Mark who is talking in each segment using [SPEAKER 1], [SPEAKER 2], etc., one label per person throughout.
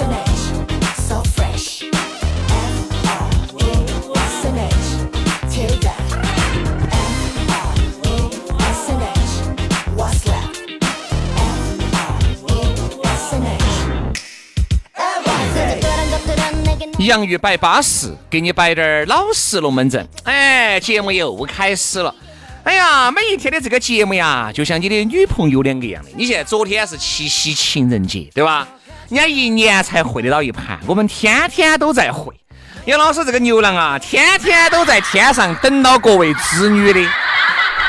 [SPEAKER 1] So fresh. F-R-E-S-N-H. Tilda. F-R-E-S-N-H. What's left? F-R-E-S-N-H. Everything.
[SPEAKER 2] 洋芋摆巴适，给你摆点儿老实龙门阵。哎，节目又开始了。哎呀，每一天的这个节目呀，就像你的女朋友两个一样的。你现在昨天是七夕情人节，对吧？人家一年才会得到一盘，我们天天都在会。杨老师这个牛郎啊，天天都在天上等到各位织女的。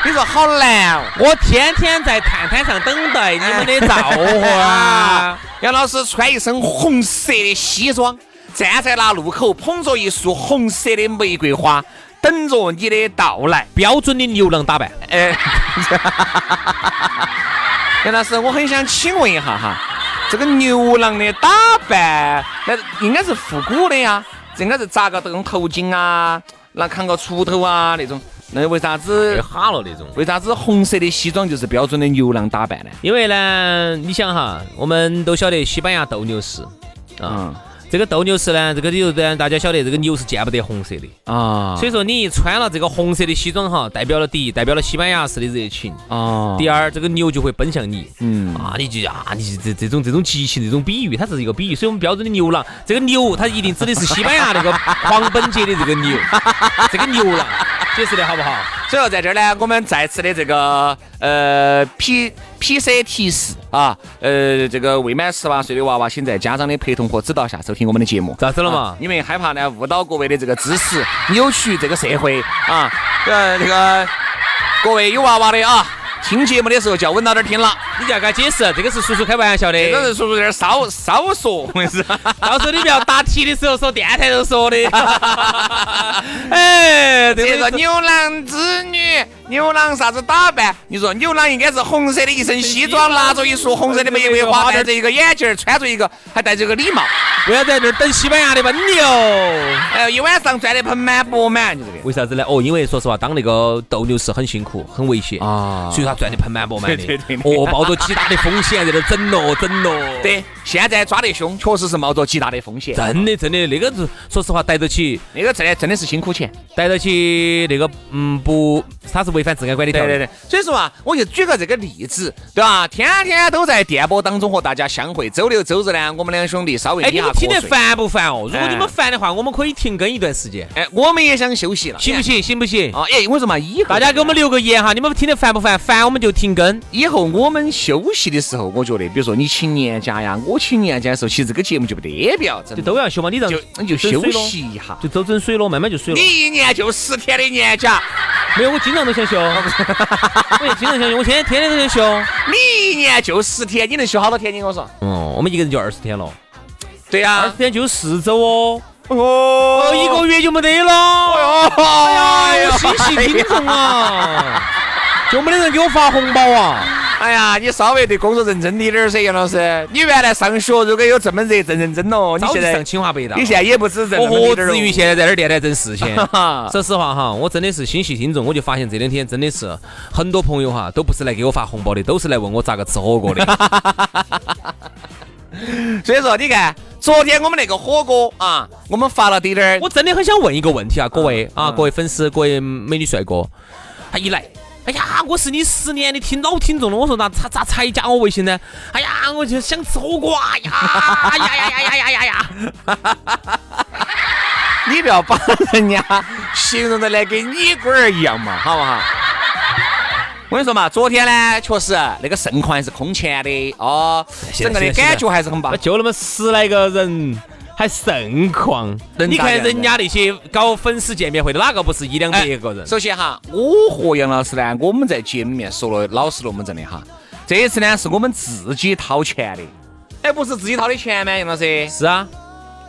[SPEAKER 2] 你说好难哦！
[SPEAKER 3] 我天天在探探上等待你们的召唤。
[SPEAKER 2] 杨老师穿一身红色的西装，站在那路口，捧着一束红色的玫瑰花，等着你的到来。
[SPEAKER 3] 标准的牛郎打扮，
[SPEAKER 2] 哎，杨老师，我很想请问一下哈，这个牛郎的打扮，那应该是复古的呀，这应该是扎个这种头巾啊，那扛个锄头啊那种。那为啥子
[SPEAKER 3] 哈了那种。
[SPEAKER 2] 为啥子红色的西装就是标准的牛郎打扮呢？
[SPEAKER 3] 因为呢，你想哈，我们都晓得西班牙斗牛士
[SPEAKER 2] 嗯
[SPEAKER 3] 啊，这个斗牛士呢，这个牛呢，大家晓得这个牛是见不得红色的，
[SPEAKER 2] 啊，
[SPEAKER 3] 所以说你一穿了这个红色的西装哈，代表了第一，代表了西班牙式的热情。
[SPEAKER 2] 啊，
[SPEAKER 3] 第二，这个牛就会奔向你，
[SPEAKER 2] 嗯
[SPEAKER 3] 啊，你就啊，你就这这种这种激情，这种比喻，它只是一个比喻，所以我们标准的牛郎，这个牛它一定指的是西班 牙那个狂奔节的这个牛，这个牛郎，解释的好不好？
[SPEAKER 2] 所以说在这儿呢，我们再次的这个呃 P P C 提示啊，呃，这个未满十八岁的娃娃，请在家长的陪同和指导下收听我们的节目。
[SPEAKER 3] 咋子了嘛
[SPEAKER 2] 啊因为害怕呢误导各位的这个知识，扭曲这个社会啊，呃，这个各位有娃娃的啊，听节目的时候就要稳到点儿听了，
[SPEAKER 3] 你就要给他解释，这个是叔叔开玩笑的，
[SPEAKER 2] 这个是叔叔在这儿稍稍说， 我跟你说。
[SPEAKER 3] 到时候你们要答题的时候说电台都说的。 哎，
[SPEAKER 2] 这
[SPEAKER 3] 这
[SPEAKER 2] 个
[SPEAKER 3] 个你
[SPEAKER 2] 牛郎织女，牛郎啥子打扮？你说牛郎应该是红色的一身西装，拿着一束红色的玫瑰花，戴着一个眼镜儿，穿着一个，还戴着一个礼帽，
[SPEAKER 3] 不要在这儿等西班牙的奔牛。
[SPEAKER 2] 哎，一晚上赚得盆满钵满，就这个。
[SPEAKER 3] 为啥子呢？哦，因为说实话，当那个斗牛士很辛苦，很危险
[SPEAKER 2] 啊
[SPEAKER 3] 所以他赚得盆满钵满 的。
[SPEAKER 2] 对对对对
[SPEAKER 3] 哦，冒着极大的风险在这儿整 咯整咯。，
[SPEAKER 2] 对，现在抓得凶，确实是冒着极大的风险。
[SPEAKER 3] 真的真的，那个是说实话，逮到起
[SPEAKER 2] 那个真的真的是辛苦钱。
[SPEAKER 3] 逮到起那个嗯不，他是违反治安管理条
[SPEAKER 2] 对
[SPEAKER 3] 例。
[SPEAKER 2] 对对，所以说啊，我就举个这个例子，对吧？天天都在电波当中和大家相会，周六周日呢，我们两兄弟稍微
[SPEAKER 3] 哎，
[SPEAKER 2] 一
[SPEAKER 3] 你
[SPEAKER 2] 下
[SPEAKER 3] 们听得
[SPEAKER 2] 瞌睡。
[SPEAKER 3] 烦不烦哦？如果
[SPEAKER 2] 哎
[SPEAKER 3] 你们烦的话，我们可以停更一段时间，
[SPEAKER 2] 哎，我们也想休息了，
[SPEAKER 3] 行不行？行不行？
[SPEAKER 2] 啊，哎，我说嘛，以后
[SPEAKER 3] 大家给我们留个言哈，你们听得烦不烦？烦我们就停更。
[SPEAKER 2] 以后我们休息的时候，我觉得，比如说你请年假呀，我请年假的时候，其实这个节目就没得必要整
[SPEAKER 3] 就，都要休嘛，你让
[SPEAKER 2] 就你就休息，一下。
[SPEAKER 3] 就都整水了，慢慢就水了。
[SPEAKER 2] 你一年就十天的年假，
[SPEAKER 3] 没有，我经常都想休，我也经常想休，我天天天天都想休。
[SPEAKER 2] 你一年就十天，你能休好多天？你跟我说。
[SPEAKER 3] 哦，我们一个人就二十天了，
[SPEAKER 2] 对
[SPEAKER 3] 二
[SPEAKER 2] 呀
[SPEAKER 3] 十。天就四周哦，
[SPEAKER 2] 哦
[SPEAKER 3] 哦，一个月就没得了。
[SPEAKER 2] 哎
[SPEAKER 3] 哎
[SPEAKER 2] 呦
[SPEAKER 3] 呦，心系听众啊，就没得人给我发红包啊。
[SPEAKER 2] 哎呀，你稍微对工作认真点儿噻，杨老师。你原来上学如果有这么热，正认真哦，你
[SPEAKER 3] 早
[SPEAKER 2] 现
[SPEAKER 3] 就
[SPEAKER 2] 在
[SPEAKER 3] 上清华北大
[SPEAKER 2] 你，现在也不止认
[SPEAKER 3] 我
[SPEAKER 2] 那么
[SPEAKER 3] 何
[SPEAKER 2] 一点儿
[SPEAKER 3] 至于
[SPEAKER 2] 哦。
[SPEAKER 3] 现在在这儿电台挣四千？
[SPEAKER 2] 哈
[SPEAKER 3] 说实话哈，我真的是心系听众，我就发现这两天真的是很多朋友哈，都不是来给我发红包的，都是来问我咋个吃火锅的。
[SPEAKER 2] 所以说，你看，昨天我们那个火锅啊，我们发了滴点儿
[SPEAKER 3] 我真的很想问一个问题啊，各位啊，
[SPEAKER 2] 嗯
[SPEAKER 3] 各位粉丝，各位美女帅哥，他一来哎呀，我是你十年的听老听众了，我说那咋咋才加我微信呢？哎呀，我就想吃火锅，哎呀呀哎呀呀呀呀呀呀！
[SPEAKER 2] 你不要把人家形容的来跟你龟儿一样嘛，好不好？我跟你说嘛，昨天呢，确实那个盛况还是空前的哦，
[SPEAKER 3] 现
[SPEAKER 2] 整个
[SPEAKER 3] 在
[SPEAKER 2] 的
[SPEAKER 3] 现在
[SPEAKER 2] 感觉还是很棒。
[SPEAKER 3] 就那么十来个人，还盛况。
[SPEAKER 2] 能
[SPEAKER 3] 你
[SPEAKER 2] 咋
[SPEAKER 3] 看
[SPEAKER 2] 样
[SPEAKER 3] 人家那些搞粉丝见面会的，哪个不是一两百个人？
[SPEAKER 2] 首先哈，我和杨老师呢，我们在节目里面说了老实龙门阵的哈，这一次呢是我们自己掏钱的，哎，不是自己掏的钱吗？杨老师，
[SPEAKER 3] 是啊，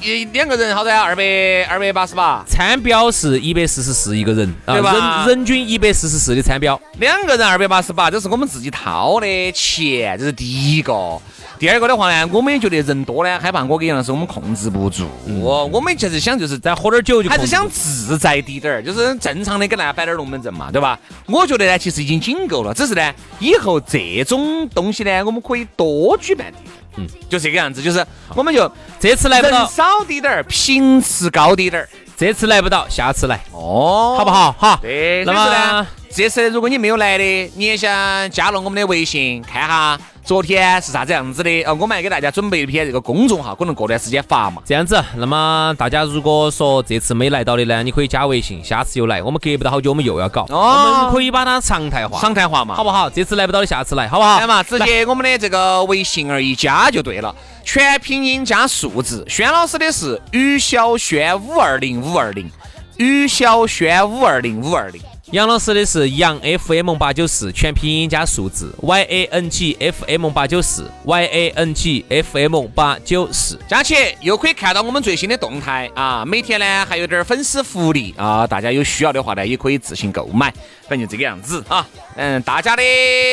[SPEAKER 2] 一两个人好歹二百二百八十八，
[SPEAKER 3] 餐标是一百四十四一个人，啊
[SPEAKER 2] 对吧
[SPEAKER 3] 人人均一百四十四的餐标。
[SPEAKER 2] 两个人二百八十八，这是我们自己掏的钱，这是第一个。第二个的话呢，我们也觉得人多呢，害怕我跟杨老师我们控制不住，我我们就是想就是在
[SPEAKER 3] 再喝点酒就
[SPEAKER 2] 嗯还是
[SPEAKER 3] 控制
[SPEAKER 2] 想自在滴点儿，就是正常的给大家摆点儿龙门阵嘛，对吧？我觉得呢，其实已经紧够了，只是呢，以后这种东西呢，我们可以多举办点。嗯，就这个样子，就是我们就
[SPEAKER 3] 这次来不
[SPEAKER 2] 人
[SPEAKER 3] 到，
[SPEAKER 2] 少滴点儿，频次高滴点儿，
[SPEAKER 3] 这次来不到，下次来，
[SPEAKER 2] 哦，
[SPEAKER 3] 好不？好？哈。
[SPEAKER 2] 对，
[SPEAKER 3] 那
[SPEAKER 2] 所以说呢
[SPEAKER 3] 么，
[SPEAKER 2] 这次如果你没有来的，你也想加入我们的微信看哈，昨天是啥子样子的？呃，我们还给大家准备一篇这个公众号，可能过段时间发嘛。
[SPEAKER 3] 这样子，那么大家如果说这次没来到的呢，你可以加微信，下次又来。我们隔不到好久，我们又要搞，
[SPEAKER 2] 哦
[SPEAKER 3] 我们可以把它常态化，
[SPEAKER 2] 常态化嘛，
[SPEAKER 3] 好不好？这次来不到的，下次来，好不好？
[SPEAKER 2] 来嘛，直接我们的这个微信儿一加就对了，全拼音加数字。轩老师的是于小轩五二零五二零，于小轩五二零五二零。
[SPEAKER 3] 杨老师的是杨 FM 八九四，全拼音加数字 Y A N G F M 八九四 Y A N G F M 八九四。
[SPEAKER 2] 加起又可以看到我们最新的动态啊！每天呢还有点儿粉丝福利啊，大家有需要的话呢也可以自行购买，反正就这个样子啊。嗯，大家的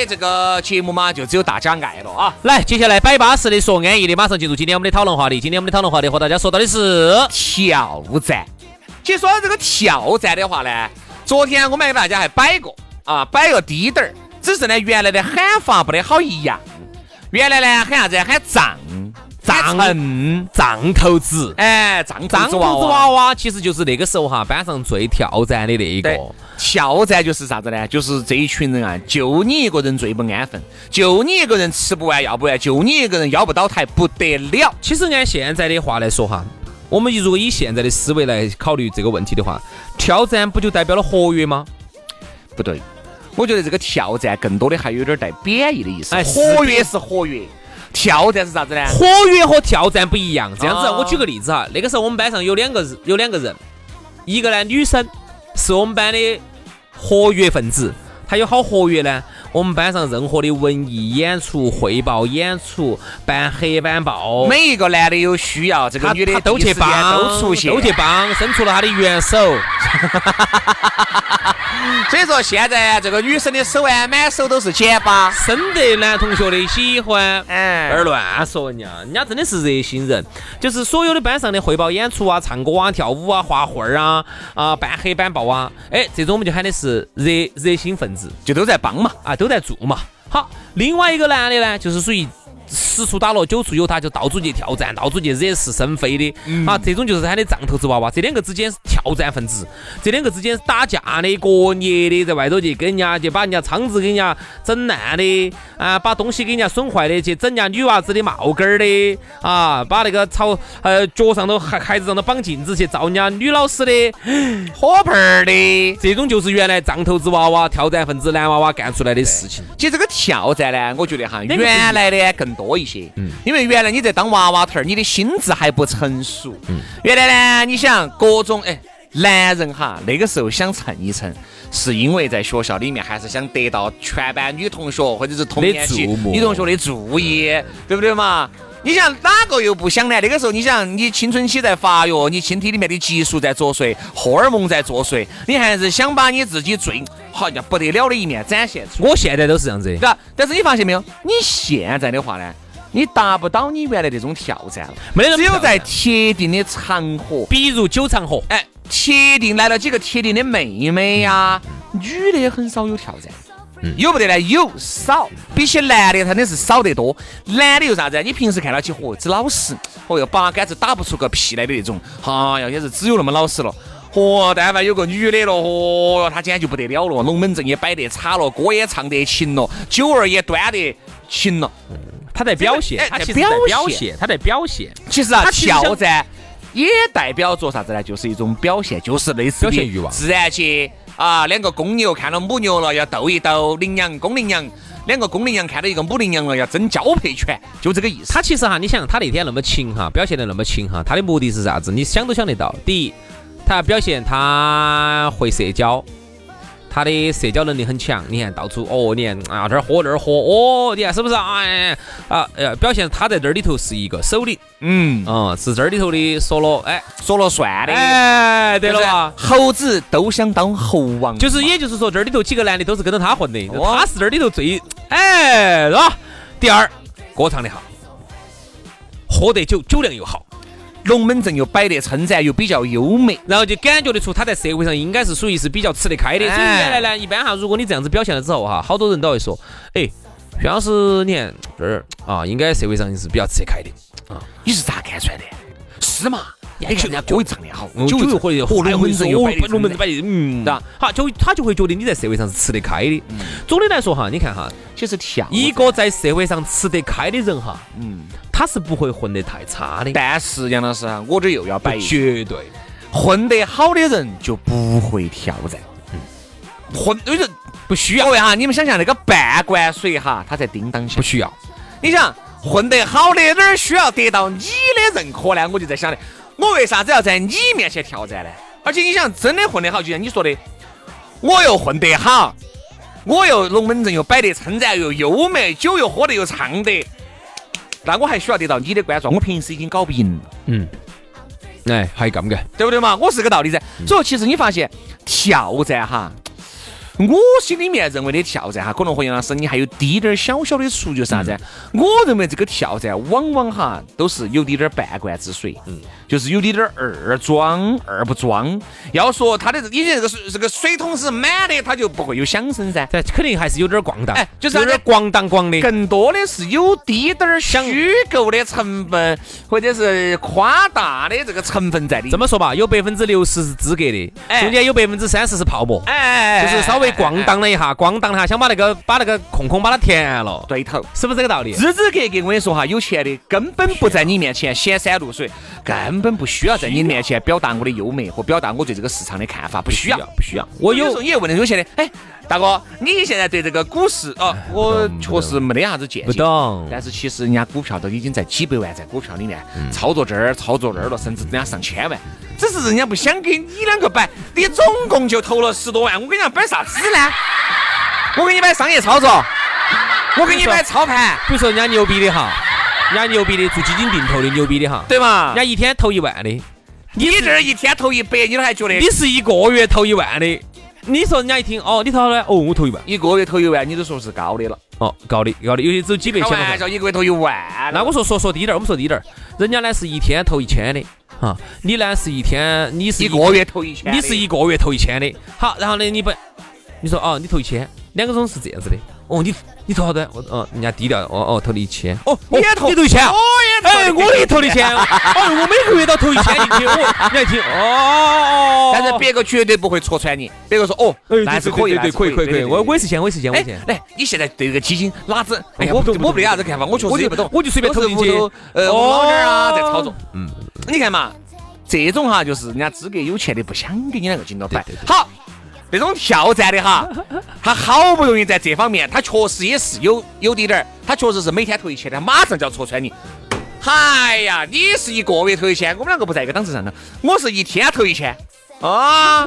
[SPEAKER 2] 这个节目嘛，就只有大家爱了啊！
[SPEAKER 3] 来，接下来摆巴适的说安逸的，马上进入今天我们的讨论话题。今天我们的讨论话题和大家说到的是，
[SPEAKER 2] 挑战，其实说到这个挑战的话呢，昨天我们还给大家还摆过啊，摆个低点儿，只是呢原来的喊法不得好一样，原来呢喊啥子？喊胀胀，
[SPEAKER 3] 胀胀头子。
[SPEAKER 2] 哎，胀
[SPEAKER 3] 张
[SPEAKER 2] 子
[SPEAKER 3] 胡子
[SPEAKER 2] 娃
[SPEAKER 3] 娃
[SPEAKER 2] 娃。
[SPEAKER 3] 娃其实就是那个时候哈，班上最挑战的那一个
[SPEAKER 2] 对。，挑战就是啥子呢？就是这一群人啊，就你一个人最不安分，就你一个人吃不完要不完，就你一个人腰不倒台，不得了。
[SPEAKER 3] 其实按现在的话来说哈，我们如果以现在的思维来考虑这个问题的话，挑战不就代表了活跃吗？
[SPEAKER 2] 不对，我觉得这个挑战更多的还有点带贬义的意思。
[SPEAKER 3] 哎是
[SPEAKER 2] 活跃是活跃，挑战是啥子呢？
[SPEAKER 3] 活跃和挑战不一样。这样子，啊
[SPEAKER 2] 哦
[SPEAKER 3] 我举个例子哈，那个时候我们班上有两个有两个人，一个呢女生是我们班的活跃分子，她有好活跃呢。我们班上任何的文艺演出、汇报演出、办黑板报，
[SPEAKER 2] 每一个男的有需要，这个
[SPEAKER 3] 哦他
[SPEAKER 2] 女的
[SPEAKER 3] 他都
[SPEAKER 2] 第一
[SPEAKER 3] 去
[SPEAKER 2] 时间
[SPEAKER 3] 帮，
[SPEAKER 2] 都出现，
[SPEAKER 3] 都去帮，伸出了他的援手。
[SPEAKER 2] 所以说现在这个女生的手啊，满手都是茧疤。
[SPEAKER 3] 深得男同学的喜欢。
[SPEAKER 2] 哎
[SPEAKER 3] 那儿乱说人家，人家真的是热心人，就是所有的班上的汇报演出啊、唱歌啊、跳舞啊、画画儿啊、啊办黑板报啊，哎，这种我们就喊的是热热心分子
[SPEAKER 2] 就都在帮嘛。
[SPEAKER 3] 啊，都在做嘛。好，另外一个男的呢，就是属于十处打落九处有他，就到处去挑战，到处去惹是生非的。啊，这种就是喊的杖头子娃娃。这两个之间是挑战分子，这两个之间是打架的、过捏的，在外头去跟人家去把人家窗子给人家整烂的，啊，把东西给人家损坏的，去整人家女娃子的帽根儿的，啊，把那个草呃脚上头孩孩子上头绑镜子去照人家女老师的，
[SPEAKER 2] 火盆儿的。
[SPEAKER 3] 这种就是原来杖头子娃娃、挑战分子男娃娃干出来的事情。
[SPEAKER 2] 其实这个挑战呢，我觉得哈，
[SPEAKER 3] 个不一嗯
[SPEAKER 2] 原来的更多一些，因为原来你在当娃娃头儿，你的心智还不成熟。
[SPEAKER 3] 嗯
[SPEAKER 2] 原来呢，你想各种哎，男人哈，那个时候想蹭一蹭，是因为在学校里面还是想得到全班女同学或者是同年级
[SPEAKER 3] 的注目
[SPEAKER 2] 女同学的注意，
[SPEAKER 3] 嗯
[SPEAKER 2] 对不对嘛？你想哪个又不想呢？那个时候，你想你青春期在发育，你身体里面的激素在作祟，荷尔蒙在作祟，你还是想把你自己最好像不得了的一面展现出来。
[SPEAKER 3] 我现在都是这样子的，
[SPEAKER 2] 对吧？但是你发现没有，你现在的话呢，你达不到你原来那种挑战了，
[SPEAKER 3] 没得那么
[SPEAKER 2] 只有
[SPEAKER 3] 挑战
[SPEAKER 2] 在特定的场合，
[SPEAKER 3] 比如九长河。
[SPEAKER 2] 哎，特定来了几个特定的妹妹呀、女的很少有挑战。有不得呢？有少，比起男的，他真的是少得多。男的又啥子啊？你平时看到起，嚯，只老实，哦哟，八竿子打不出个屁来的那种，哎呀，也是只有那么老实了。嚯、但凡有个女的咯，嚯、她今天就不得了了，龙门阵也摆得差了，歌也唱得勤了，酒儿也端得勤了。
[SPEAKER 3] 他在表现，
[SPEAKER 2] 哎
[SPEAKER 3] 他
[SPEAKER 2] 在
[SPEAKER 3] 其实在
[SPEAKER 2] 表
[SPEAKER 3] 表
[SPEAKER 2] 现
[SPEAKER 3] 现，他在表现，
[SPEAKER 2] 其实啊，
[SPEAKER 3] 它其实像
[SPEAKER 2] 跳噻也代表着啥子呢？就是一种表现，就是类似于
[SPEAKER 3] 表现欲望
[SPEAKER 2] 自然界啊，两个公牛看到母牛了，要斗一斗；羚羊、公羚羊，两个公羚羊看到一个母羚羊了，要争交配权，就这个意思。
[SPEAKER 3] 他其实哈，你想他那天那么勤哈，表现得那么勤哈，他的目的是啥子？你想都想得到。第一，他要表现他会社交，他的社交能力很强。你看到处哦，你看啊这儿喝那儿喝，哦，你看是不是啊？哎啊，呃，表现他在这儿里头是一个首领，
[SPEAKER 2] 嗯，
[SPEAKER 3] 嗯，是这儿里头的说了，哎
[SPEAKER 2] 说了算的。
[SPEAKER 3] 哎，对了吧？
[SPEAKER 2] 就是猴子都想当猴王，
[SPEAKER 3] 就是，也就是说，这儿里头几个男的都是跟着他混的，
[SPEAKER 2] 哦
[SPEAKER 3] 他是这儿里头最哎，是吧？第二，歌唱得好，喝得酒，酒量又好。
[SPEAKER 2] 龙门阵又摆得称赞，又比较优美。
[SPEAKER 3] 然后就感觉得出他在社会上应该是属于是比较吃得开的。所以
[SPEAKER 2] 哎
[SPEAKER 3] 原来呢，一般哈，如果你这样子表现了之后哈，好多人都会说，哎，薛老师，你看这儿啊，应该社会上是比较吃得开的。
[SPEAKER 2] 你是咋看出来的？是嘛？你看人家歌又唱得好，
[SPEAKER 3] 酒又
[SPEAKER 2] 又
[SPEAKER 3] 喝得
[SPEAKER 2] 哦龙门阵又摆得
[SPEAKER 3] 龙门
[SPEAKER 2] 称赞
[SPEAKER 3] 阵摆得，嗯，
[SPEAKER 2] 对吧
[SPEAKER 3] 好，就他就会觉得你在社会上是吃得开
[SPEAKER 2] 嗯
[SPEAKER 3] 的。总的来说哈，你看哈，
[SPEAKER 2] 其实跳
[SPEAKER 3] 一个在社会上吃得开的人哈，
[SPEAKER 2] 嗯。
[SPEAKER 3] 他是不会混得太差的。
[SPEAKER 2] 但是杨老师啊，我这又要摆一句，
[SPEAKER 3] 绝对，
[SPEAKER 2] 混得好的人就不会挑战。混有人不需嗯要。各位哈，你们想想那个半罐水哈，它在叮当响。
[SPEAKER 3] 不需要。
[SPEAKER 2] 你想混得好的哪儿需要得到你的认可呢？我就在想的，我为啥子要在你面前挑战呢？而且你想，真的混得好，就像你说的，我又混得好，我又龙门阵又摆得称赞又优美，酒又喝得又唱得，那我还需要得到你的关注？我平时已经搞不赢了。
[SPEAKER 3] 嗯，哎，还干不干？
[SPEAKER 2] 对不对嘛？我是个道理噻。
[SPEAKER 3] 嗯
[SPEAKER 2] 所以其实你发现挑战哈，我心里面认为的挑战哈，可能和杨老师你还有滴点儿小小的出入，啥子？
[SPEAKER 3] 嗯
[SPEAKER 2] 我认为这个挑战往往哈都是有滴点儿半罐子水，嗯，就是有滴点儿二装二不装。要说他的这以前这个水这个水桶是满的，他就不会有响声噻。
[SPEAKER 3] 但哎肯定还是有点儿逛荡，
[SPEAKER 2] 哎就是
[SPEAKER 3] 有点儿
[SPEAKER 2] 那
[SPEAKER 3] 逛荡逛的。
[SPEAKER 2] 更多的是有滴点儿虚构的成分，或者是夸大的这个成分在里
[SPEAKER 3] 这
[SPEAKER 2] 面。
[SPEAKER 3] 么说吧，有百分之六十是资格的，
[SPEAKER 2] 哎
[SPEAKER 3] 中间有百分之三十是泡沫，
[SPEAKER 2] 哎哎，哎
[SPEAKER 3] 就是稍微逛，
[SPEAKER 2] 哎哎
[SPEAKER 3] 荡了一下，逛荡了一下，想把那个把那个空空把它填了，
[SPEAKER 2] 对头。
[SPEAKER 3] 是不是这个道理？
[SPEAKER 2] 支支格格，我跟你说哈，有钱的根本不在你面前显山露水，根本不需要在你面前表达我的优美和表达我对这个市场的看法，不需要，不需要。
[SPEAKER 3] 我有
[SPEAKER 2] 时候你也问那种有钱的，哎，大哥，你现在对这个股市哦，我确实没得啥子见
[SPEAKER 3] 不
[SPEAKER 2] 解。
[SPEAKER 3] 懂，
[SPEAKER 2] 但是其实人家股票都已经在几百万在股票里面操作这儿操作那儿了，甚至人家上千万，只是人家不想给你两个摆，你总共就投了十多万，我给人家摆啥子呢？我给你摆商业操作，我给你摆操盘，
[SPEAKER 3] 比如说人家牛逼的哈，人家牛逼的做基金定投的牛逼的哈，
[SPEAKER 2] 对嘛
[SPEAKER 3] 人？家一天投一万的，你
[SPEAKER 2] 啊你这儿一天投一百，你都还觉得
[SPEAKER 3] 是一个月投一万的，你说人家一听哦，你投了，哦，我投一万，
[SPEAKER 2] 一个月投一万，你都说是高的了。
[SPEAKER 3] 哦，高的高的，有些只有几百
[SPEAKER 2] 开
[SPEAKER 3] 千块钱
[SPEAKER 2] 玩。笑，一个月投一万，
[SPEAKER 3] 那我说说说低点儿，我们说低点儿，人家呢是一天投一千的，哈，你呢是一天你是
[SPEAKER 2] 一个月投一千，
[SPEAKER 3] 你是一个月投一千的，好，然后呢，你不，你说哦，你投一千，两个钟是这样子的，哦，你你投好多？我哦，人家低调，哦哦，投了一千，哦，
[SPEAKER 2] 你也投
[SPEAKER 3] 你投一千，
[SPEAKER 2] 我也投，
[SPEAKER 3] 哎，我也投了一千， 哎，我每个月都投一千进去，我人家一听，哦，
[SPEAKER 2] 但是别个绝对不会戳穿你，别个说哦，
[SPEAKER 3] 哎，
[SPEAKER 2] 那
[SPEAKER 3] 对
[SPEAKER 2] 是
[SPEAKER 3] 对
[SPEAKER 2] 可以，
[SPEAKER 3] 对对，
[SPEAKER 2] 那是
[SPEAKER 3] 可以可以可以，我我也是钱，我也是钱，我
[SPEAKER 2] 哎
[SPEAKER 3] 也是钱，，
[SPEAKER 2] 来，你现在对这个基金哪子？哎呀，
[SPEAKER 3] 我
[SPEAKER 2] 我
[SPEAKER 3] 不懂
[SPEAKER 2] 我没得啥子看法，我确实
[SPEAKER 3] 我就
[SPEAKER 2] 也不懂，
[SPEAKER 3] 我就随便
[SPEAKER 2] 都是
[SPEAKER 3] 投进去
[SPEAKER 2] 屋头呃，我
[SPEAKER 3] 哦
[SPEAKER 2] 老点啊在操作。嗯，你看嘛，这种哈就是人家资格有钱的不想给你两个进到摆
[SPEAKER 3] 对对。对
[SPEAKER 2] 好，那种跳战的哈，他好不容易在这方面，他确实也是有有滴点儿，他确实是每天投一千，他马上就要戳穿你。哎呀，你是一个月投一千，我们两个不在一个档次上头，我是一天投一千。啊，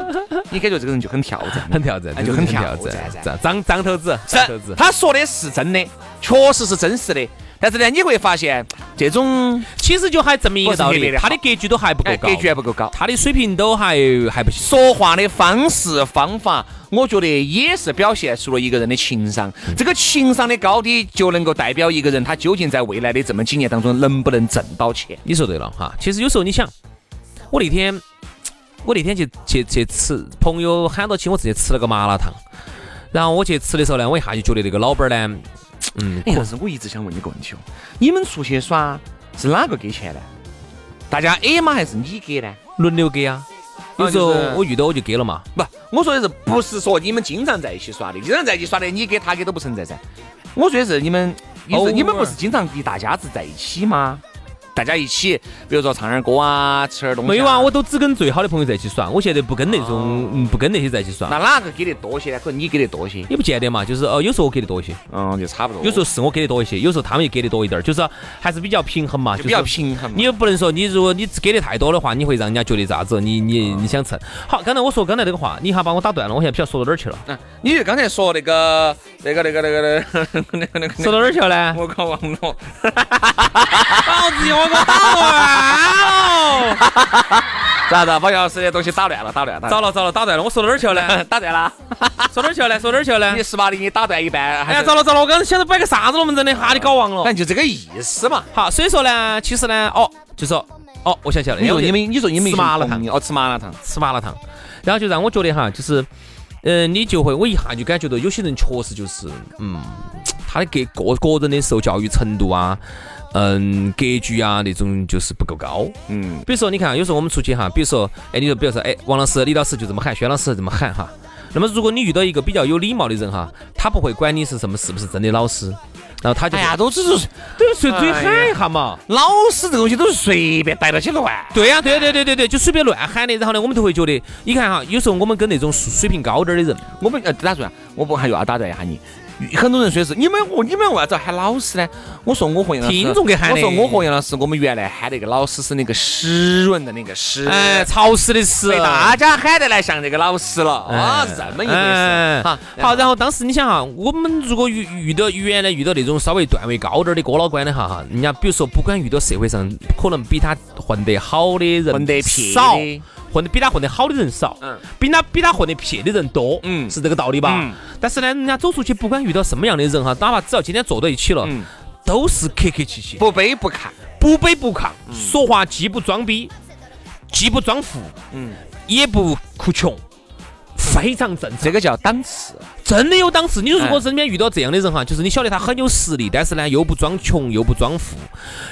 [SPEAKER 2] 你感觉这个人就很跳战，
[SPEAKER 3] 很挑啊战，
[SPEAKER 2] 哎就
[SPEAKER 3] 很
[SPEAKER 2] 很
[SPEAKER 3] 挑
[SPEAKER 2] 挑
[SPEAKER 3] 战
[SPEAKER 2] 战噻，
[SPEAKER 3] 张张张头子，啊张头
[SPEAKER 2] 是
[SPEAKER 3] 子，，
[SPEAKER 2] 他说的是真的，确实是真实的。但是呢，你会发现这种
[SPEAKER 3] 其实就还证明一个道理，他的格局都还不够
[SPEAKER 2] 哎
[SPEAKER 3] 高，啊
[SPEAKER 2] 格局还不够高，
[SPEAKER 3] 他的水平都还还不行。
[SPEAKER 2] 说话的方式方法，我觉得也是表现出了一个人的情商。这个情商的高低，就能够代表一个人他究竟在未来的这么几年当中能不能挣到钱。
[SPEAKER 3] 你说对了哈。其实有时候你想，我那天我那天去去去吃，朋友喊到起我直接吃了个麻辣烫。然后我去吃的时候呢，我一下就觉得那个老板儿呢，嗯，
[SPEAKER 2] 哎，但是我一直想问你个问题哦，你们出去耍是哪个给钱呢？大家 A 吗？还是你给呢？
[SPEAKER 3] 轮流给啊，有时候
[SPEAKER 2] 啊就是
[SPEAKER 3] 我遇到我就给了嘛。
[SPEAKER 2] 不，我说的是不是说你们经常在一起耍的？经常在一起耍的，你给他给都不存在噻。我说的是你们，你
[SPEAKER 3] 偶
[SPEAKER 2] 说
[SPEAKER 3] 尔
[SPEAKER 2] 你们不是经常一大家子在一起吗？大家一起，比如说唱点儿歌啊，吃点儿东西、
[SPEAKER 3] 没有啊，我。都只跟最好的朋友在一起耍，我现在不跟那
[SPEAKER 2] 哦
[SPEAKER 3] 种、嗯、不跟那些在一起
[SPEAKER 2] 那
[SPEAKER 3] 耍，
[SPEAKER 2] 哪个给的多些呢？可能你给的多些，
[SPEAKER 3] 也不见得嘛，就是哦、有时候我给的多一些，
[SPEAKER 2] 嗯，就差不多。
[SPEAKER 3] 有时候是我给的多一些，有时候他们也给的多一点儿，就是还是比较平衡嘛，
[SPEAKER 2] 就
[SPEAKER 3] 就
[SPEAKER 2] 比较
[SPEAKER 3] 是
[SPEAKER 2] 平衡嘛。
[SPEAKER 3] 你又不能说你如果你给的太多的话，你会让人家觉得咋子？你
[SPEAKER 2] 哦
[SPEAKER 3] 你你想蹭？好，刚才我说刚才那个话，你一下把我打断了，我现在不晓得说到哪儿去了，
[SPEAKER 2] 嗯，你就刚才说那个那个那个那个那个那个那个，
[SPEAKER 3] 说到哪儿去了呢？
[SPEAKER 2] 我搞忘了。
[SPEAKER 3] 老子我给我打乱了，
[SPEAKER 2] 咋子？把钥匙的东西打乱了，打乱了。
[SPEAKER 3] 糟了糟了，打断了，我说到哪儿去了 呢？
[SPEAKER 2] 打断了。
[SPEAKER 3] 说哪儿去了呢？说哪儿去了呢
[SPEAKER 2] 你？十八的你打断一半，
[SPEAKER 3] 哎
[SPEAKER 2] 还
[SPEAKER 3] 呀，
[SPEAKER 2] 是
[SPEAKER 3] 糟了糟了，我刚才想着摆个啥子龙门阵的，哈，你搞忘了
[SPEAKER 2] 反。正就这个意思嘛。
[SPEAKER 3] 好，所以说呢，其实呢，哦，就说，哦，我想起来了，
[SPEAKER 2] 你
[SPEAKER 3] 因
[SPEAKER 2] 说
[SPEAKER 3] 为
[SPEAKER 2] 你们，你说你们
[SPEAKER 3] 吃麻辣烫，
[SPEAKER 2] 哦，吃麻辣烫，
[SPEAKER 3] 吃麻辣烫，然后就让我觉得哈，就是，嗯，你就会，我一下就感觉到有些人确实就是，嗯，他的个个个人的受教育程度啊，嗯，格局啊那种就是不够高。
[SPEAKER 2] 嗯，
[SPEAKER 3] 比如说，你看，有时候我们出去哈，比如说，哎，你说，比如说，哎，王老师、李老师就这么喊，轩老师这么喊哈。那么，如果你遇到一个比较有礼貌的人哈，他不会管你是什么是不是真的老师，然后他就
[SPEAKER 2] 哎
[SPEAKER 3] 会
[SPEAKER 2] 呀，都只是
[SPEAKER 3] 对随
[SPEAKER 2] 哎
[SPEAKER 3] 嘴
[SPEAKER 2] 呀
[SPEAKER 3] 喊一下嘛。
[SPEAKER 2] 老师这个东西都是随便逮到起乱。
[SPEAKER 3] 对呀、对对对对对，就随便乱喊的，然后呢，我们就会觉得，你看哈，有时候我们跟那种水水平高点儿的人，
[SPEAKER 2] 我们呃，打算我不还又要打断一下你。很多人说是你们我你们为啥子要喊老师呢？我说我和杨老师
[SPEAKER 3] 听众给喊的
[SPEAKER 2] 我说我和杨老师，我们原来喊那个老师是那个湿润的那个湿，
[SPEAKER 3] 哎，潮湿的湿
[SPEAKER 2] 被，大家喊得来像这个老师了啊，
[SPEAKER 3] 哎
[SPEAKER 2] 是这么一回
[SPEAKER 3] 哎
[SPEAKER 2] 事。哈，
[SPEAKER 3] 好，然后当时你想哈，我们如果遇遇到原来遇到那种稍微段位高点儿的哥老倌的哈哈，人家比如说不管遇到社会上可能比他混得好的人
[SPEAKER 2] 混得撇
[SPEAKER 3] 少
[SPEAKER 2] 的，
[SPEAKER 3] 混得比他混得好的人少，
[SPEAKER 2] 嗯
[SPEAKER 3] 比他比他混得撇的人多，
[SPEAKER 2] 嗯
[SPEAKER 3] 是这个道理吧？
[SPEAKER 2] 嗯
[SPEAKER 3] 但是呢，人家走出去不管遇到什么样的人哈，哪怕只要今天坐到一起了，
[SPEAKER 2] 嗯
[SPEAKER 3] 都是客客气气。
[SPEAKER 2] 不卑不亢，
[SPEAKER 3] 不卑不亢，说话既不装逼，既不装富，
[SPEAKER 2] 嗯，
[SPEAKER 3] 也不哭穷，非常正常
[SPEAKER 2] 这。个叫档次。
[SPEAKER 3] 真的有档次。你如果
[SPEAKER 2] 哎
[SPEAKER 3] 身边遇到这样的人哈，就是你晓得他很有实力，但是呢又不装穷，又不装富，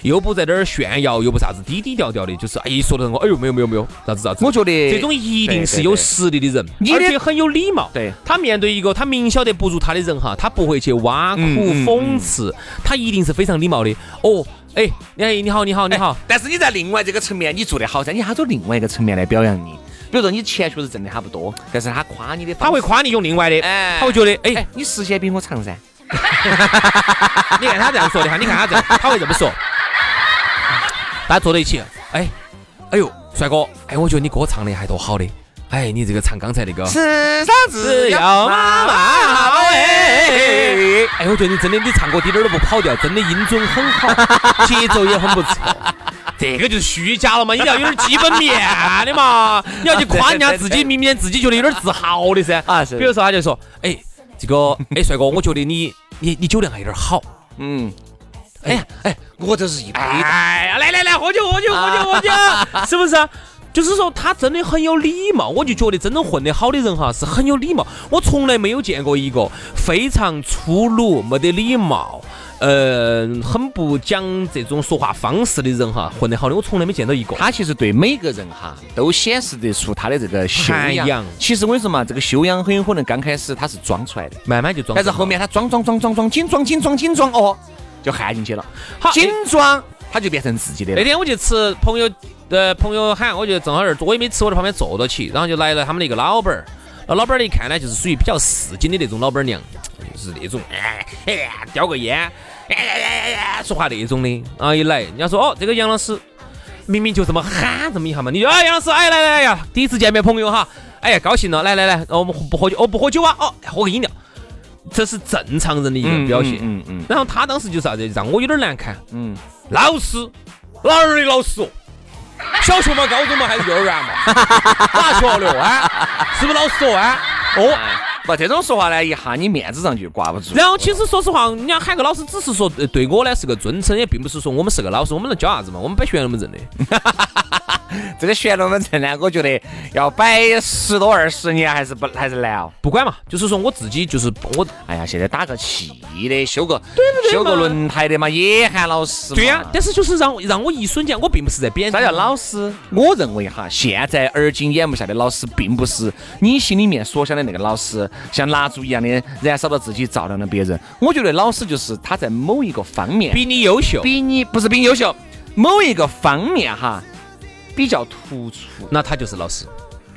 [SPEAKER 3] 又不在那儿炫耀，又不啥子低低调调的，就是哎一说到人我哎呦没有没有没有啥子啥子。
[SPEAKER 2] 我觉得
[SPEAKER 3] 这种一定是有实力的人，
[SPEAKER 2] 对对对
[SPEAKER 3] 而且很有礼貌。
[SPEAKER 2] 对
[SPEAKER 3] 他面对一个他明晓得不如他的人哈，他不会去挖苦、
[SPEAKER 2] 嗯嗯
[SPEAKER 3] 讽刺，他一定是非常礼貌的。哦，哎，哎，你好，你好，你好
[SPEAKER 2] 哎，但是你在另外这个层面你做得好噻，你还走另外一个层面来表扬你。比如说你钱确实挣的还不多，但是他夸你的方
[SPEAKER 3] 他
[SPEAKER 2] 式，
[SPEAKER 3] 会夸你用另外的，
[SPEAKER 2] 哎
[SPEAKER 3] 他会觉得，哎
[SPEAKER 2] 哎，，你时间比我长噻。
[SPEAKER 3] 你看他这样说的 哈，你看他这样，他会这么说。大家坐到一起，哎，哎呦，帅哥，哎，我觉得你歌唱的还多好的，哎，你这个唱刚才那个，
[SPEAKER 2] 世
[SPEAKER 3] 啊
[SPEAKER 2] 上只
[SPEAKER 3] 要妈妈好
[SPEAKER 2] 哎
[SPEAKER 3] 哎。哎，我觉得你真的你唱歌滴点儿都不跑调，真的音准很 好，节奏也很不错。这个就是虚假 了嘛，你要有点基本面的 嘛，你要去夸人家自己，明明自己觉得有点自豪的噻。
[SPEAKER 2] 啊是
[SPEAKER 3] 比如说他就说，哎，这个， 哎，帅哥，我觉得你你你酒量还有点好。
[SPEAKER 2] 嗯，哎呀，哎，我这是一杯的。
[SPEAKER 3] 哎呀，来来来，喝酒喝
[SPEAKER 2] 啊
[SPEAKER 3] 酒喝酒喝酒， 是不是啊、就是说他真的很有礼貌，我就觉得真正混得好的人哈是很有礼貌，我从来没有见过一个非常粗鲁、没得礼貌。呃，很不讲这种说话方式的人哈，混得好的我从来没见到一个。
[SPEAKER 2] 他其实对每个人哈都显示得出他的这个修
[SPEAKER 3] 涵养
[SPEAKER 2] 养。其实我跟你说嘛，这个修养很有可能刚开始他是装出来的，
[SPEAKER 3] 慢慢就装，
[SPEAKER 2] 但是后面他装装装装装，紧装紧装紧装哦，就焊进去了。
[SPEAKER 3] 好
[SPEAKER 2] 紧装他就变成自己的
[SPEAKER 3] 那
[SPEAKER 2] 了。
[SPEAKER 3] 天我去吃朋友，呃，朋友喊，我就正好那儿我也没吃，我在旁边坐到起，然后就来了他们的一个老板儿。那老板儿一看呢，就是属于比较市井的那种老板娘，就是那种哎哎叼个烟，哎哎哎哎说话那种的。然后一来，人家说哦，这个杨老师明明就这么喊这么一下嘛，你就哎杨老师，哎来来来呀，第一次见面朋友哈，哎呀高兴了，来来来，我们不喝酒，哦不喝酒啊，哦喝个饮料，这是正常人的一个
[SPEAKER 2] 嗯
[SPEAKER 3] 表现。
[SPEAKER 2] 嗯嗯
[SPEAKER 3] 然后他当时就啥子，让我有点难堪。
[SPEAKER 2] 嗯，
[SPEAKER 3] 老师，哪儿的老师哦？小学嘛，高中嘛，还是幼儿园嘛？哪学的哦？啊，是不是老师哦？啊，哦。
[SPEAKER 2] 不，这种说话呢，一下你面子上就挂不住。
[SPEAKER 3] 然后其实说实话，人家喊个老师，只是说呃对我呢是个尊称，也并不是说我们是个老师，我们能教啥子嘛？我们摆学龙门阵的。
[SPEAKER 2] 这个旋龙门阵呢，我觉得要摆十多二十年还是不还是难哦。
[SPEAKER 3] 不管嘛，就是说我自己就是我，
[SPEAKER 2] 哎呀，现在打个气的，修个修个轮胎的嘛，也喊老师嘛。
[SPEAKER 3] 对呀、但是就是让我让我一瞬间，我并不是在贬低
[SPEAKER 2] 啊啥叫老师？我认为哈，现在而今眼目下的老师，并不是你心里面所想的那个老师，像蜡烛一样的燃烧到自己，照亮了别人。我觉得老师就是他在某一个方面
[SPEAKER 3] 比你优秀，
[SPEAKER 2] 比你不是比你优秀，某一个方面哈比较突出。
[SPEAKER 3] 那他就是老师。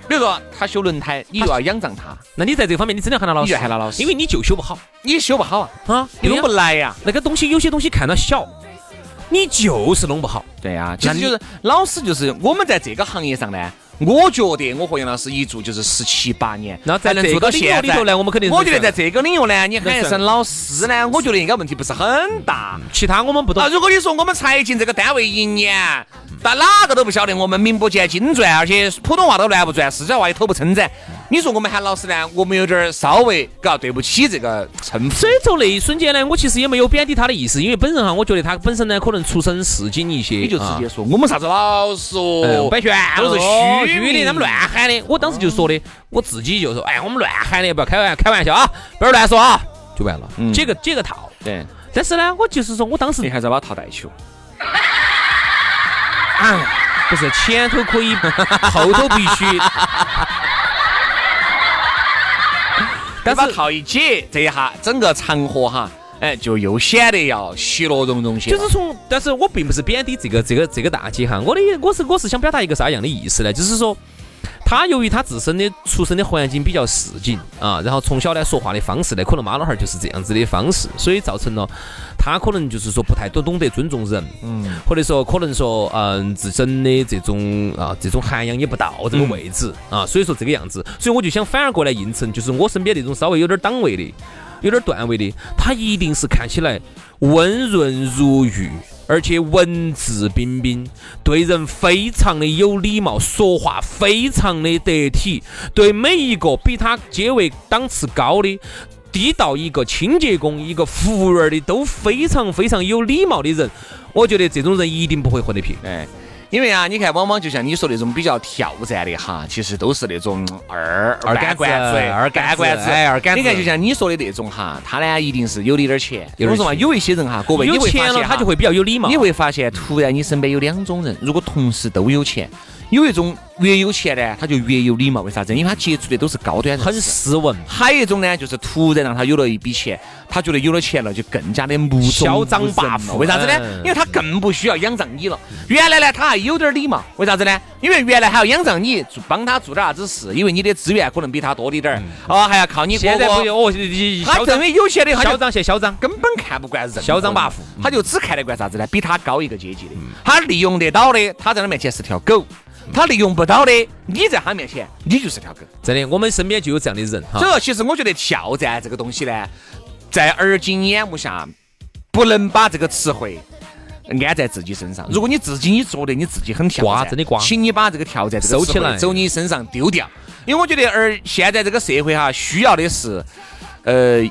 [SPEAKER 2] 比如说他修轮胎，你就要仰仗他，
[SPEAKER 3] 那你在这方面，你真的喊他老师，
[SPEAKER 2] 你就喊他老师
[SPEAKER 3] 因为你就修不好
[SPEAKER 2] 你修不好啊，
[SPEAKER 3] 啊，
[SPEAKER 2] 你
[SPEAKER 3] 对
[SPEAKER 2] 弄
[SPEAKER 3] 呀
[SPEAKER 2] 不来呀、
[SPEAKER 3] 那个东西有些东西看到小，你就是弄不好。
[SPEAKER 2] 对呀、其
[SPEAKER 3] 啊那
[SPEAKER 2] 实
[SPEAKER 3] 你
[SPEAKER 2] 就是老师，就是我们在这个行业上呢，我觉得我和杨老师一做就是十七八年，
[SPEAKER 3] 那在
[SPEAKER 2] 才能做到
[SPEAKER 3] 哎这个领域
[SPEAKER 2] 现
[SPEAKER 3] 里
[SPEAKER 2] 在。
[SPEAKER 3] 头呢我们肯定是
[SPEAKER 2] 我觉得在
[SPEAKER 3] 算
[SPEAKER 2] 这个领域呢，你喊一
[SPEAKER 3] 算
[SPEAKER 2] 声老师呢，我觉得应该问题不是很大。
[SPEAKER 3] 其他我们不懂
[SPEAKER 2] 啊，，如果你说我们才进这个单位一年，但哪个都不晓得我们名不见经传，而且普通话都乱不转，四川话也口不称赞。你说我们喊老师呢，我们有点儿稍微搞对不起这个称呼
[SPEAKER 3] 所。以从那一瞬间呢，我其实也没有贬低他的意思，因为本人哈，我觉得他本身呢可能出身市井一些，
[SPEAKER 2] 你就直
[SPEAKER 3] 啊
[SPEAKER 2] 接说我们啥子老师哦
[SPEAKER 3] 嗯，摆旋
[SPEAKER 2] 都是
[SPEAKER 3] 哦
[SPEAKER 2] 虚
[SPEAKER 3] 虚的，
[SPEAKER 2] 名
[SPEAKER 3] 他们乱喊的。我当时就说的，我自己就说，哎，我们乱喊的，不要开玩开玩笑啊，不要乱说啊，就完了，解个解个套。
[SPEAKER 2] 对。
[SPEAKER 3] 但是呢，我就是说我当时
[SPEAKER 2] 你还是要把它套带球。
[SPEAKER 3] 哎不是前头可以，后头必须。
[SPEAKER 2] 但
[SPEAKER 3] 但
[SPEAKER 2] 把
[SPEAKER 3] 是
[SPEAKER 2] 套一解，这一下整个场合哈，哎，就又显得要喜乐融融些了。
[SPEAKER 3] 就是从，但是我并不是贬低这个这个这个大姐哈，我的我是我是想表达一个啥样的意思呢？就是说，她由于她自身的出生的环境比较市井啊，然后从小呢说话的方式呢，可能妈老汉儿就是这样子的方式，所以造成了她可能就是说不太懂懂得尊重人，嗯，或者说可能说嗯、自身的这种啊这种涵养也不到这个位置、啊，所以说这个样子，所以我就想反而过来映衬，就是我身边那种稍微有点档位的。有点段位的，他一定是看起来温润如玉，而且文质彬彬，对人非常的有礼貌，说话非常的得体，对每一个比他阶位档次高的。低到一个清洁工、一个服务员的都非常非常有礼貌的人，我觉得这种人一定不会混得平。
[SPEAKER 2] 哎，因为啊，你看，往往就像你说那种比较挑战的哈，其实都是那种嗯二
[SPEAKER 3] 二杆
[SPEAKER 2] 半
[SPEAKER 3] 子
[SPEAKER 2] 罐子、
[SPEAKER 3] 二杆
[SPEAKER 2] 半
[SPEAKER 3] 子
[SPEAKER 2] 罐子，
[SPEAKER 3] 哎二杆子
[SPEAKER 2] 你看，就像你说的那种哈，他呢一定是有你点儿钱。
[SPEAKER 3] 有点
[SPEAKER 2] 我说嘛，
[SPEAKER 3] 钱
[SPEAKER 2] 有一些人哈，各位你
[SPEAKER 3] 有
[SPEAKER 2] 会发
[SPEAKER 3] 钱
[SPEAKER 2] 现
[SPEAKER 3] 了，
[SPEAKER 2] 哈
[SPEAKER 3] 他就会比较有礼貌。
[SPEAKER 2] 你会发现，突然你身边有两种人，如果同时都有钱，有一种越有钱呢，他就越有礼貌，为啥子？因为他接触的都是高端人士，
[SPEAKER 3] 很斯文，
[SPEAKER 2] 还有一种呢，就是突然让他有了一笔钱，他觉得有了钱了就更加的目中
[SPEAKER 3] 嚣张
[SPEAKER 2] 无
[SPEAKER 3] 跋扈
[SPEAKER 2] 人了为啥子呢
[SPEAKER 3] 嗯？
[SPEAKER 2] 因为他更不需要仰仗你了。原来呢，他还有点礼貌，为啥子呢？因为原来还要仰仗你做帮他做点啥子事，因为你的资源可能比他多滴点儿，哦，还要靠你哥
[SPEAKER 3] 嗯现在不
[SPEAKER 2] 哥。
[SPEAKER 3] 哦，你
[SPEAKER 2] 他
[SPEAKER 3] 嚣
[SPEAKER 2] 认
[SPEAKER 3] 张，
[SPEAKER 2] 为有钱的，他
[SPEAKER 3] 嚣
[SPEAKER 2] 就
[SPEAKER 3] 张，现在嚣张。
[SPEAKER 2] 根本看不惯人，
[SPEAKER 3] 嚣张嗯跋扈
[SPEAKER 2] 他就只看得惯啥子呢？比他高一个阶级的，他利用得到的，他在他面前是条狗；他利用不到的，你在他面前，你就是条狗。
[SPEAKER 3] 真的，我们身边就有这样的人哈。
[SPEAKER 2] 所以说，其实我觉得挑战这个东西呢，在而今眼目下，不能把这个词汇。安在自己身上。如果你自己你觉得你自己很挑
[SPEAKER 3] 嗯瓜
[SPEAKER 2] 战，
[SPEAKER 3] 真的瓜
[SPEAKER 2] 请你把这个挑战这个
[SPEAKER 3] 收起
[SPEAKER 2] 词汇
[SPEAKER 3] 来
[SPEAKER 2] 走你身上丢掉。因为我觉得，而现在这个社会哈，需要的是，呃，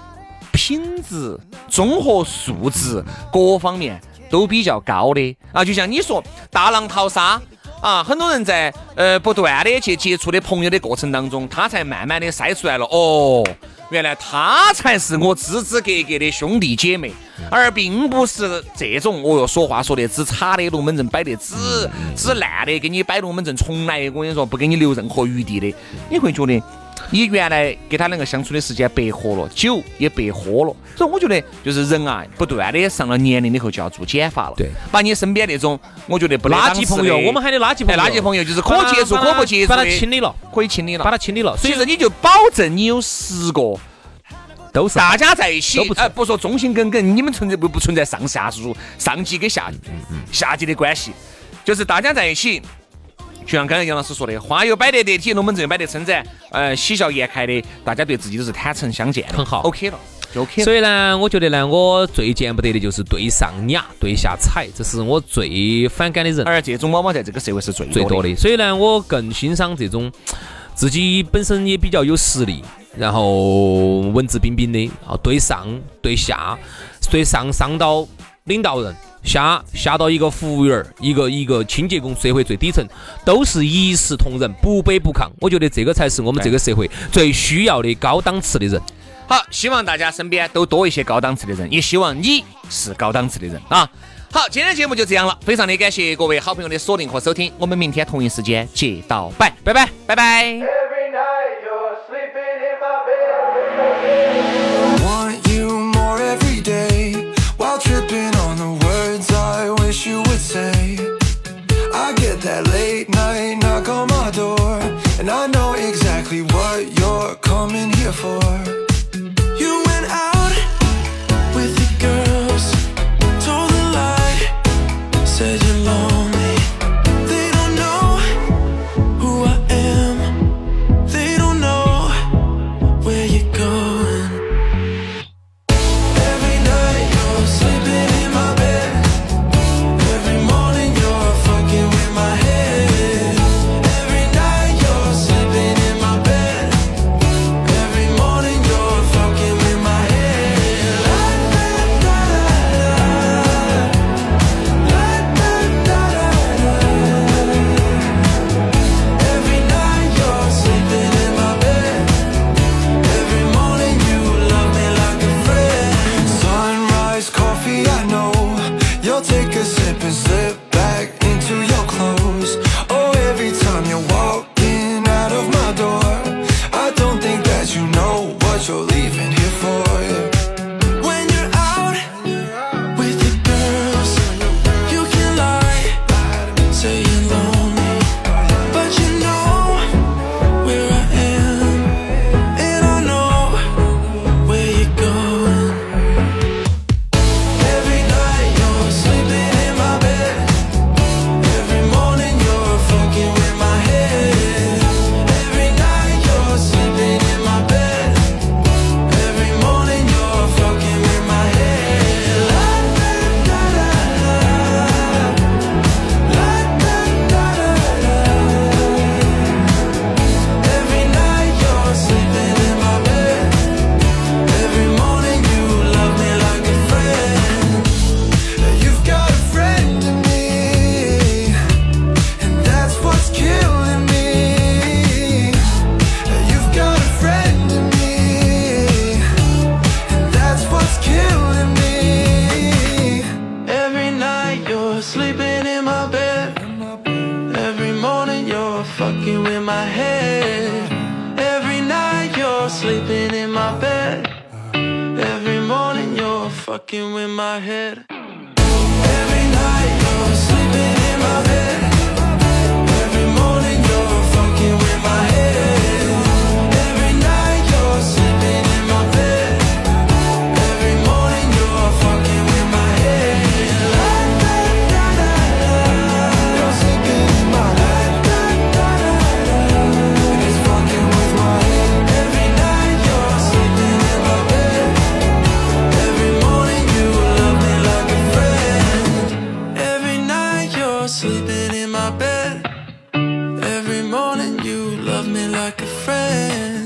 [SPEAKER 2] 品质、综合素质各方面都比较高的啊。就像你说大浪淘沙啊，很多人在呃不断的去接触的朋友的过程当中，他才慢慢的筛出来了哦。原来他才是我支支格格的兄弟姐妹，而并不是这种哦哟说话说得只差的龙门阵摆得只只烂的，给你摆龙门阵，从来我跟你说不给你留任何余地的，你会觉得你原来跟他两个相处的时间白喝了，酒也白喝了，所以我觉得就是人啊，不断的上了年龄以后就要做减法了。
[SPEAKER 3] 对，
[SPEAKER 2] 把你身边那种我觉得不得
[SPEAKER 3] 垃
[SPEAKER 2] 档
[SPEAKER 3] 圾
[SPEAKER 2] 次
[SPEAKER 3] 朋友，
[SPEAKER 2] 的
[SPEAKER 3] 我们喊的垃圾朋
[SPEAKER 2] 哎
[SPEAKER 3] 友，
[SPEAKER 2] 垃圾朋友就是可
[SPEAKER 3] 把它
[SPEAKER 2] 接触
[SPEAKER 3] 把
[SPEAKER 2] 可
[SPEAKER 3] 它
[SPEAKER 2] 不接触
[SPEAKER 3] 把它
[SPEAKER 2] 的
[SPEAKER 3] 清理了，
[SPEAKER 2] 可以清理了，
[SPEAKER 3] 把它清理了。所
[SPEAKER 2] 所
[SPEAKER 3] 以
[SPEAKER 2] 以
[SPEAKER 3] 说
[SPEAKER 2] 说你就保证你有十个
[SPEAKER 3] 都是
[SPEAKER 2] 大家在一起
[SPEAKER 3] 都不，错
[SPEAKER 2] 呃，不说忠心耿耿，你们存在不不存在上下属、上级跟下下级的关系，就是大家在一起。就像刚才杨老师说的，话又摆得得体，龙门阵又摆得称赞，呃，喜笑颜开的，大家对自己都是坦诚相见的，
[SPEAKER 3] 很好
[SPEAKER 2] ，OK 了，就 OK 了。
[SPEAKER 3] 所以呢，我觉得呢，我最见不得的就是对上雅，对下踩，这是我最反感的人
[SPEAKER 2] 而这种往往在这个社会是最
[SPEAKER 3] 最多
[SPEAKER 2] 的。
[SPEAKER 3] 的。所以呢，我更欣赏这种自己本身也比较有实力，然后文质彬彬的啊，对上对下，对上上到领导人，下下到一个服务员儿，一个一个清洁工，社会最底层，都是一视同仁，不卑不亢。我觉得这个才是我们这个社会最需要的高档次的人。
[SPEAKER 2] 好，希望大家身边都多一些高档次的人，也希望你是高档次的人啊。好，今天的节目就这样了，非常的感谢各位好朋友的锁定和收听，我们明天同一时间接到摆，拜拜，拜拜。
[SPEAKER 4] Every night you're sleeping in my bed.
[SPEAKER 5] want you more every day while tripping on the words I wish you would say. I get that late night knock on my door, and I know exactly what you're coming here for. You went out with the girls, told a lie, said you're lonely. They don't know who I am, they don't know where you're going. Every night you're sleeping in my bed. Every morning you're fucking with my head. Every night you're sleeping in my bed. Every morning you're fucking with my head. La da da da la da da da. Every night you're sleeping in my bed. Every morning you love me like a friend. Sunrise coffee, I know you'll take a sip and slip back into your clothes. Oh, every time you're walking out of my door, I don't think that you know what you're leaving here for. When you're out with the girls, you can lie, say you're lonely, but you know where I am. And I know where you're going. Every night you're sleeping in my bed. Every morning you're fucking with my head. Every night you're sleeping in my bed. Every morning you're fucking with my head. La da da da da. La da da da da. Every night you're sleeping in my bed. Every morning you love me like a friend. You've got a friend in me, and that's what's killing me. You've got a friend in me, and that's what's killing me. Every night you're sleeping in my bed. Every morning you're fucking with my head. Every night you're sleeping in my bed. Every morning you're fucking with my head. Every night you're sleeping in my bed. Every morning you're fucking with my head. Every night you're sleeping in my bed. Every morning you're fucking with my head. La da da da da. You're sleeping in my bed. La da da da da. And it's fucking with my head. Every night you're sleeping in my bed. Every morning you love me like a friend. Every night you're sleeping in my bed. Every morning you love me like a friend.